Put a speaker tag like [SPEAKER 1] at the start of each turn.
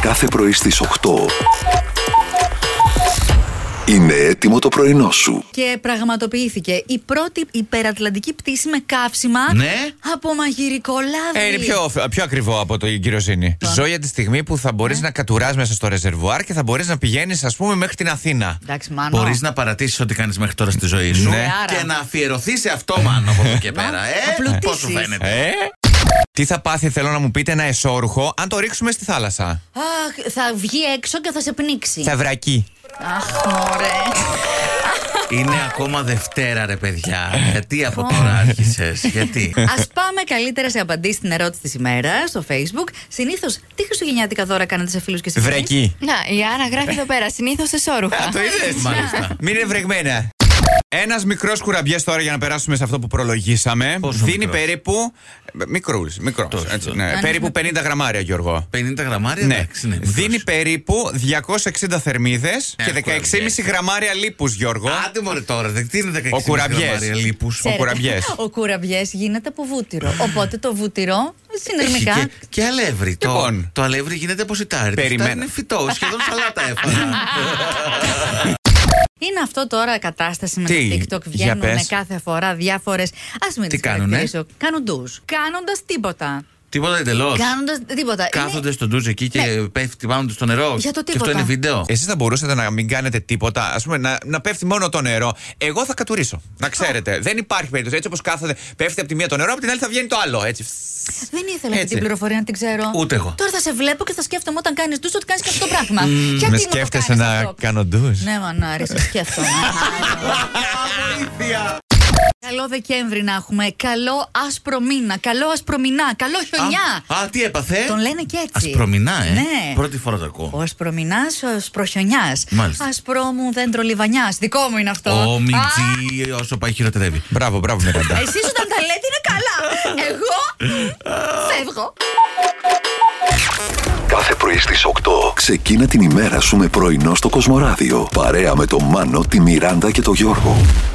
[SPEAKER 1] κάθε πρωί στις 8. Είναι έτοιμο το πρωινό σου.
[SPEAKER 2] Και πραγματοποιήθηκε η πρώτη υπερατλαντική πτήση με καύσιμα
[SPEAKER 3] Ναι.
[SPEAKER 2] από μαγειρικό λάδι.
[SPEAKER 3] Ε, είναι πιο, πιο ακριβό από το κυροζίνη.
[SPEAKER 4] Λοιπόν.
[SPEAKER 3] Ζω για τη στιγμή που θα
[SPEAKER 4] Ε.
[SPEAKER 3] μπορεί να κατουράς μέσα στο ρεζερβουάρ και θα μπορείς να πηγαίνεις, ας πούμε, μέχρι την Αθήνα.
[SPEAKER 2] Εντάξει, μάνο.
[SPEAKER 4] Μπορείς να παρατήσεις ό,τι κάνεις μέχρι τώρα στη ζωή σου
[SPEAKER 3] Ναι.
[SPEAKER 4] και να αφιερωθείς σε αυτό, μάλλον από εδώ και πέρα.
[SPEAKER 2] Να
[SPEAKER 4] Ε, πώς σου
[SPEAKER 2] πλουτίσεις.
[SPEAKER 4] φαίνεται.
[SPEAKER 3] Ε? Τι θα πάθει, θέλω να μου πείτε, ένα εσόρουχο αν το ρίξουμε στη θάλασσα.
[SPEAKER 2] Αχ, θα βγει έξω και θα σε πνίξει.
[SPEAKER 3] Θα βρακεί.
[SPEAKER 2] Αχ, μωρέ.
[SPEAKER 4] Είναι ακόμα Δευτέρα, ρε παιδιά.
[SPEAKER 3] Ε.
[SPEAKER 4] Γιατί από τώρα άρχισες, Γιατί.
[SPEAKER 2] Ας πάμε καλύτερα σε απαντήσεις στην ερώτηση της ημέρας στο Facebook. Συνήθως, τι χριστουγεννιάτικα δώρα κάνετε σε φίλους και σε
[SPEAKER 3] Βρακεί.
[SPEAKER 5] Να, η Άρα γράφει εδώ πέρα. Συνήθως εσόρουχα.
[SPEAKER 3] είδες.
[SPEAKER 4] Μάλιστα.
[SPEAKER 3] Μην είναι βρεγμένα. Ένας μικρός κουραμπιές τώρα για να περάσουμε σε αυτό που προλογίσαμε.
[SPEAKER 4] Πόσο
[SPEAKER 3] δίνει
[SPEAKER 4] μικρός?
[SPEAKER 3] περίπου. Μικρούλη, μικρό.
[SPEAKER 4] Τόσο, τόσο.
[SPEAKER 3] Ναι, περίπου 50 γραμμάρια, Γιώργο.
[SPEAKER 4] 50 γραμμάρια,
[SPEAKER 3] Ναι.
[SPEAKER 4] Ε, εντάξει, είναι μικρός.
[SPEAKER 3] Δίνει περίπου 260 θερμίδε
[SPEAKER 4] Εύκολα
[SPEAKER 3] και 16,5
[SPEAKER 4] βγαίνει.
[SPEAKER 3] γραμμάρια λίπους, Γιώργο.
[SPEAKER 4] Άντε μωρέ τώρα, δε- τι είναι 16
[SPEAKER 3] Ο κουραμπιές.
[SPEAKER 4] γραμμάρια λίπους.
[SPEAKER 3] Ο κουραμπιές.
[SPEAKER 2] Ο κουραμπιές γίνεται από βούτυρο. Οπότε το βούτυρο
[SPEAKER 4] Έχει
[SPEAKER 2] συνολικά.
[SPEAKER 4] Και, και αλεύρι. Το,
[SPEAKER 3] Λοιπόν.
[SPEAKER 4] το αλεύρι γίνεται από σιτάρι. Το σιτάρι
[SPEAKER 3] Περιμένω.
[SPEAKER 4] Είναι φυτό, σχεδόν σαλάτα έφαγα.
[SPEAKER 2] Είναι αυτό τώρα κατάσταση με το
[SPEAKER 3] Τι,
[SPEAKER 2] TikTok.
[SPEAKER 3] για
[SPEAKER 2] Βγαίνουν
[SPEAKER 3] πες.
[SPEAKER 2] κάθε φορά διάφορες. Ας μην
[SPEAKER 4] Τι
[SPEAKER 2] τις
[SPEAKER 4] κάνουνε?
[SPEAKER 2] χαρακτηρίσω. Κάνουν ντους. Κάνοντας τίποτα.
[SPEAKER 4] Τίποτα εντελώς.
[SPEAKER 2] Κάνοντας τίποτα.
[SPEAKER 3] Ναι.
[SPEAKER 4] Κάθονται στο ντουζ εκεί και πέφτει πάνω του στο νερό.
[SPEAKER 2] Για το
[SPEAKER 4] Και αυτό
[SPEAKER 2] τίποτα.
[SPEAKER 4] είναι βίντεο.
[SPEAKER 3] Εσείς θα μπορούσατε να μην κάνετε τίποτα, ας πούμε, να, να πέφτει μόνο το νερό. Εγώ θα κατουρίσω. Να ξέρετε. Δεν υπάρχει περίπτωση. Έτσι όπως κάθονται, πέφτει από τη μία το νερό, από την άλλη θα βγαίνει το άλλο. Έτσι.
[SPEAKER 2] Δεν ήθελα αυτή
[SPEAKER 3] Έτσι.
[SPEAKER 2] την πληροφορία να την ξέρω.
[SPEAKER 4] Ούτε εγώ.
[SPEAKER 2] Τώρα θα σε βλέπω και θα σκέφτομαι όταν κάνεις ντους ότι κάνεις και αυτό το πράγμα. Γιατί
[SPEAKER 3] Με
[SPEAKER 2] μου το
[SPEAKER 3] σκέφτεσαι
[SPEAKER 2] κάνεις
[SPEAKER 3] να
[SPEAKER 2] αυτό?
[SPEAKER 3] κάνω ντουζ.
[SPEAKER 2] Ναι, μανάρι, σε σκέφτομαι. Καλό Δεκέμβρη να έχουμε. Καλό άσπρο μήνα. Καλό ασπρομηνά. Καλό χιονιά.
[SPEAKER 4] Α, α, τι έπαθε.
[SPEAKER 2] Τον λένε και έτσι.
[SPEAKER 4] Ασπρομηνά, ε.
[SPEAKER 2] Ναι.
[SPEAKER 4] Πρώτη φορά το ακούω.
[SPEAKER 2] Ο ασπρομηνά, ο ασπροχιονιά.
[SPEAKER 4] Μάλιστα.
[SPEAKER 2] Ασπρό μου δέντρο λιβανιάς. Δικό μου είναι αυτό.
[SPEAKER 4] Ο
[SPEAKER 2] Α,
[SPEAKER 4] Μιτζή, όσο πάει χειροτερεύει.
[SPEAKER 3] Μπράβο, μπράβο, Μιράντα.
[SPEAKER 2] Εσείς όταν τα λέτε είναι καλά. Εγώ φεύγω.
[SPEAKER 1] Κάθε πρωί στις 8. Ξεκίνα την ημέρα σου με πρωινό στο Κοσμοράδιο. Παρέα με τον Μάνο, τη Μιράντα και τον Γιώργο.